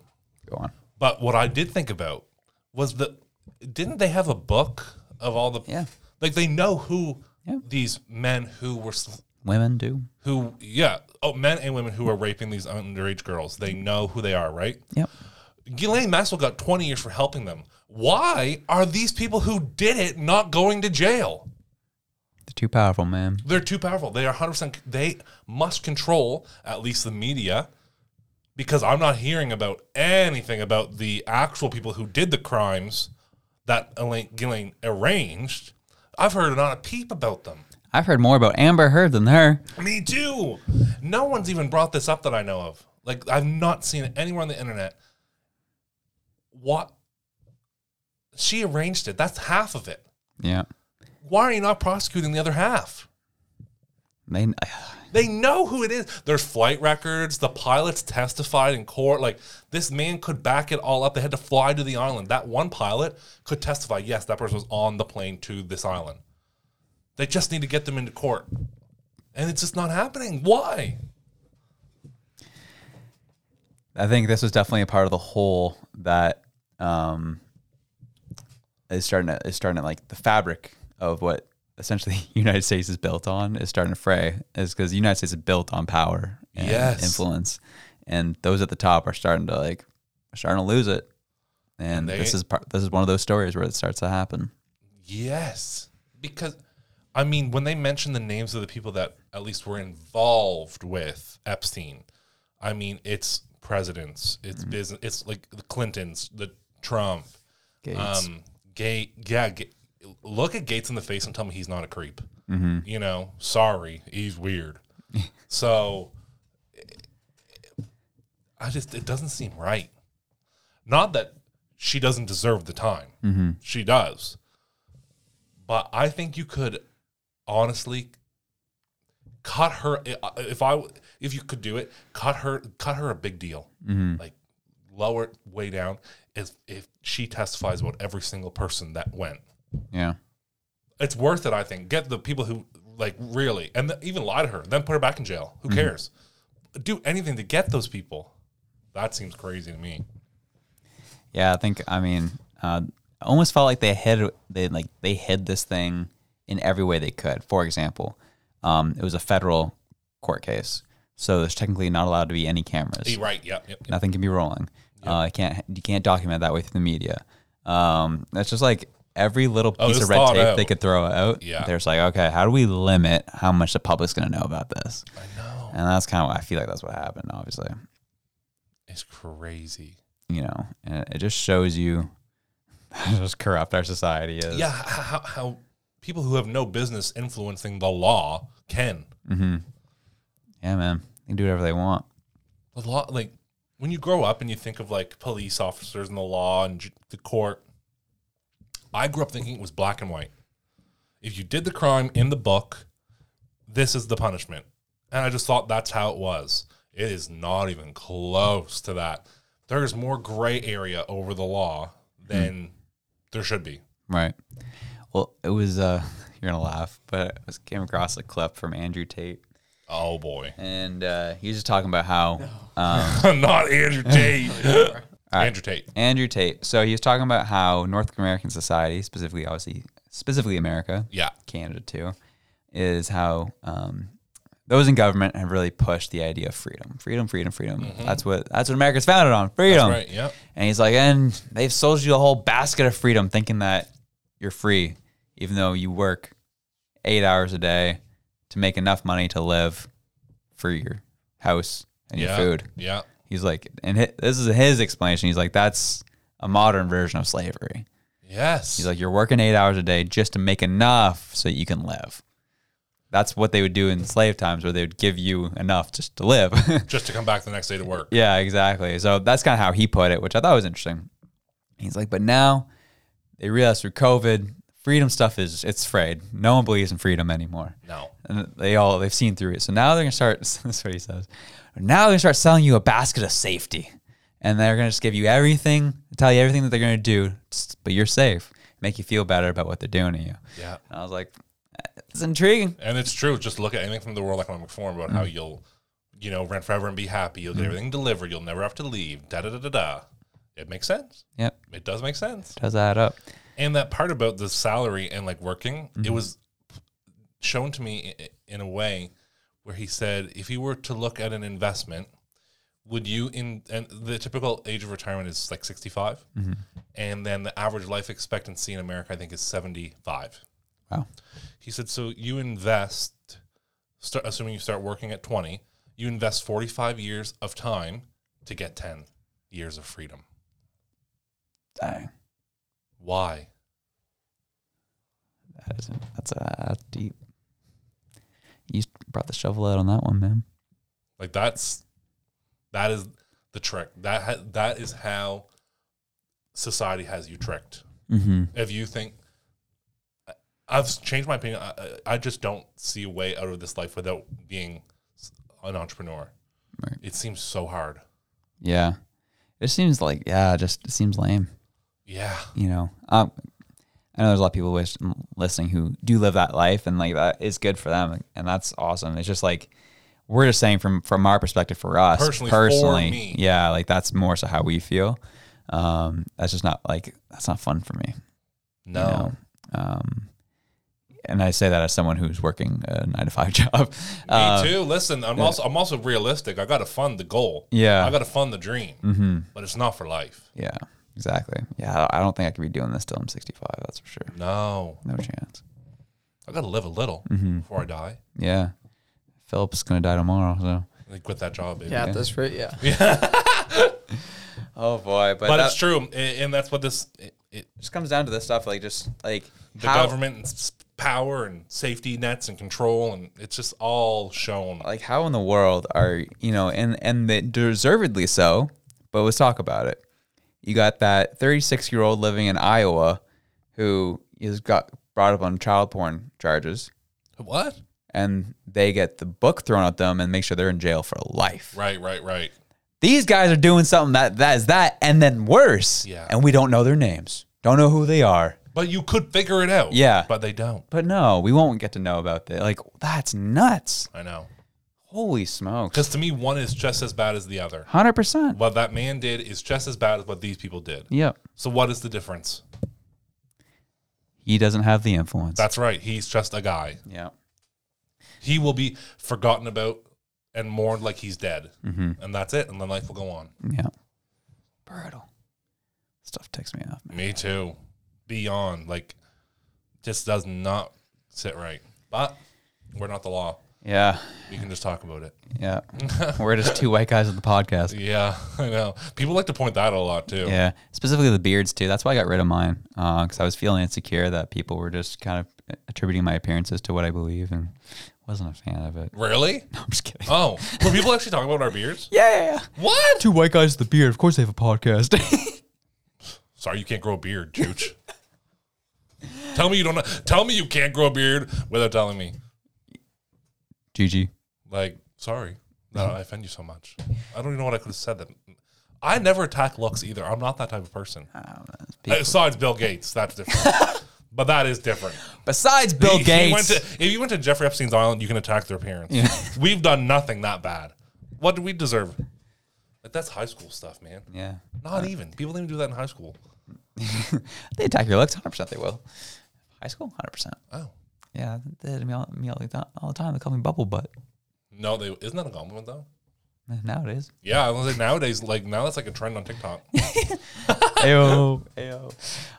Go on.
But what I did think about was that didn't they have a book of all the
Yeah.
like they know who
Yeah.
these men who were sl-
Women do.
who yeah oh men and women who are raping these underage girls they know who they are right
Yep.
Ghislaine Maxwell got 20 years for helping them. Why are these people who did it not going to jail?
They're too powerful, man.
They're too powerful. They are 100%. They must control at least the media because I'm not hearing about anything about the actual people who did the crimes that Elaine Gillian arranged. I've heard not a peep about them.
I've heard more about Amber Heard than her.
Me too. No one's even brought this up that I know of. Like I've not seen it anywhere on the internet. What? She arranged it. That's half of it.
Yeah.
Why are you not prosecuting the other half?
They,
They know who it is. There's flight records. The pilots testified in court. Like this man could back it all up. They had to fly to the island. That one pilot could testify. Yes, that person was on the plane to this island. They just need to get them into court, and it's just not happening. Why?
I think this was definitely a part of the whole that um, is starting to is starting to like the fabric of what essentially the United States is built on is starting to fray is because the United States is built on power and
Yes.
influence, and those at the top are starting to like starting to lose it, and,
they-
this is part this is one of those stories where it starts to happen.
Yes, because I mean, when they mention the names of the people that at least were involved with Epstein, I mean, it's presidents, it's business, it's like the Clintons, the Trump,
Gates.
um, Gate. Yeah, Ga- look at Gates in the face and tell me he's not a creep. You know, sorry, he's weird. so, I just it doesn't seem right. Not that she doesn't deserve the time, she does. But I think you could honestly cut her if I if you could do it, cut her cut her a big deal, like lower it way down. If if she testifies about every single person that went,
yeah,
it's worth it. I think get the people who like really and th- even lie to her, then put her back in jail. Who cares? Do anything to get those people. That seems crazy to me.
yeah. I think I mean, uh, I almost felt like they hid they like they hid this thing in every way they could. For example, um, it was a federal court case, so there's technically not allowed to be any cameras.
You're right? Yep. yep, yep.
Nothing can be rolling. Uh, you can't you can't document that way through the media. Um, that's just like every little
Oh,
piece
it's
of red
thought
tape they
out.
could throw out.
Yeah.
they're just like, okay, how do we limit how much the public's going to know about this? I know, and that's kind of I feel like that's what happened. Obviously,
It's crazy.
you know, and it just shows you how just corrupt our society is.
yeah, h- h- how, how people who have no business influencing the law can.
yeah, man, they can do whatever they want.
The law, like when you grow up and you think of like police officers and the law and j- the court. I grew up thinking it was black and white. If you did the crime in the book, this is the punishment, and I just thought that's how it was. It is not even close to that. There is more gray area over the law than there should be.
Right. Well, it was. uh You're gonna laugh, but I was came across a clip from Andrew Tate,
Oh boy,
and uh, he was just talking about how.
not Andrew Tate. Andrew Tate.
Andrew Tate. So he was talking about how North American society, specifically, obviously, specifically America,
Yeah.
Canada too, is how um, those in government have really pushed the idea of freedom, freedom, freedom, freedom. That's what that's what America's founded on, freedom.
right, yep.
And he's like, and they've sold you a whole basket of freedom, thinking that you're free, even though you work eight hours a day to make enough money to live for your house and
yeah.
your food.
Yeah.
He's like, and hi- this is his explanation. He's like, that's a modern version of slavery.
Yes.
He's like, you're working eight hours a day just to make enough so that you can live. That's what they would do in slave times, where they would give you enough just to live.
just to come back the next day to work.
yeah, exactly. So that's kind of how he put it, which I thought was interesting. He's like, but now they realize through COVID, freedom stuff is it's frayed. No one believes in freedom anymore
No.
and they all they've seen through it. So now they're gonna start. This is what he says. Now they're gonna start selling you a basket of safety, and they're gonna just give you everything, tell you everything that they're gonna do, s- but you're safe, make you feel better about what they're doing to you.
Yeah.
And I was like, it's intriguing.
And it's true. Just look at anything from the World Economic Forum about how you'll, you know, rent forever and be happy. You'll get everything delivered. You'll never have to leave. Da da da da da. It makes sense.
Yep,
It does make sense.
does add up.
And that part about the salary and like working, it was shown to me i- in a way where he said, if you were to look at an investment, would you in and the typical age of retirement is like 65 and then the average life expectancy in america i think is 75
Wow.
he said so you invest start, assuming you start working at 20 you invest 45 years of time to get 10 years of freedom.
Dang.
Why?
That isn't, that's, uh, that's deep. You brought the shovel out on that one, man.
Like that's that is the trick. That ha- that is how society has you tricked.
Mm-hmm.
If you think I- I've changed my opinion, I, I- I just don't see a way out of this life without being s- an entrepreneur.
Right.
It seems so hard.
Yeah. It seems like, yeah, just it seems lame.
Yeah,
you know, um, I know there's a lot of people wish, listening who do live that life, and like that is good for them, and that's awesome. It's just like we're just saying from from our perspective, for us
Personally,
personally,
for me.
yeah, like that's more so how we feel. Um, that's just not like that's not fun for me.
no,
You know? Um, and I say that as someone who's working a nine to five job.
me
Uh,
too. Listen, I'm also I'm also realistic. I got to fund the goal.
Yeah.
I got to fund the dream. Mm-hmm. But it's not for life.
Yeah, exactly. Yeah, I don't think I could be doing this till I'm 65. That's for sure.
No,
No chance.
I got to live a little
Mm-hmm.
before I die.
Yeah, Philip's gonna die tomorrow, so.
Like quit that job, baby.
Yeah, at this rate, yeah.
Oh boy, but,
but
that
it's true, and, and that's what this it, it,
just comes down to this stuff, like just like
the government and s- power and safety nets and control, and it's just all shown.
like how in the world are you know, and and they deservedly so, but let's talk about it. You got that 36 year old living in Iowa who is got brought up on child porn charges,
What?
and they get the book thrown at them and make sure they're in jail for life.
Right, right, right.
These guys are doing something that that is that, and then worse.
Yeah.
and we don't know their names, don't know who they are.
But you could figure it out.
Yeah.
but they don't.
But no, we won't get to know about that. Like that's nuts.
I know,
Holy smokes.
because to me, one is just as bad as the other.
100%.
What that man did is just as bad as what these people did.
Yep.
So what is the difference?
He doesn't have the influence.
That's right. He's just a guy.
yeah.
He will be forgotten about and mourned like he's dead, and that's it. And then life will go on.
Yeah. Brutal. Stuff ticks me off. man.
Me too. Beyond like, just does not sit right. But we're not the law.
Yeah.
We can just talk about it.
Yeah. We're just two white guys on the podcast.
Yeah, I know. People like to point that out a lot too.
Yeah. Specifically the beards, too. That's why I got rid of mine because I was feeling insecure that people were just kind of attributing my appearances to what I believe and wasn't a fan of it.
Really?
I'm just kidding.
Oh, were people actually talking about our beards?
Yeah, yeah, yeah.
What?
Two white guys with a beard. Of course they have a podcast.
Sorry, you can't grow a beard, Jooch. tell me you don't. know- Tell me you can't grow a beard without telling me.
GG.
Like, sorry, no, I offend you so much. I don't even know what I could have said. That I never attack looks either. I'm not that type of person.
Oh,
Besides Bill Gates, that's different. but that is different.
Besides Bill
If
Gates.
You went to, if you went to Jeffrey Epstein's island, you can attack their parents. We've done nothing that bad. What do we deserve? Like that's high school stuff, man.
yeah.
Not even people didn't even do that in high school.
They attack your looks, hundred percent. They will. High school, hundred percent.
Oh
Yeah, they did me all, me all, like that all the time. They call me bubble butt
no, they isn't that a compliment though?
nowadays.
Yeah, I was like nowadays, like now that's like a trend on TikTok.
Ayo, ayo.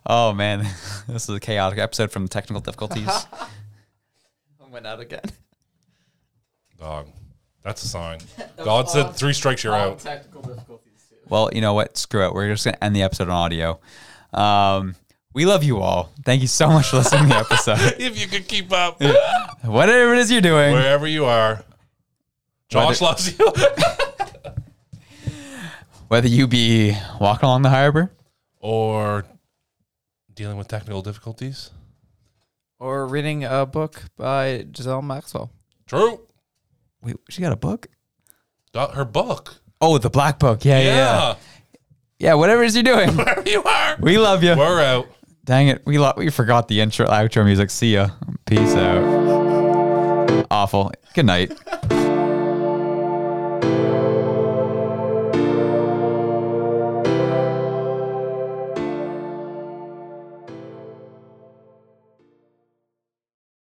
Oh man, this is a chaotic episode from technical difficulties.
Went out again.
Dog, that's a sign. God said three strikes, you're out.
Technical difficulties too.
well, you know what? Screw it. We're just gonna end the episode on audio. Um, we love you all. Thank you so much for listening to the episode.
If you could keep up,
Whatever it is you're doing,
wherever you are, Josh loves you.
whether you be walking along the harbor,
or dealing with technical difficulties.
Or reading a book by Giselle Maxwell.
True.
wait, she got a book.
Got her book.
Oh, the black book. Yeah, yeah, yeah.
yeah.
Yeah, whatever it is you're doing,
Wherever you are.
we love you.
We're out.
Dang it, we lo- we forgot the intro outro music. See ya. Peace out. Awful. Good night.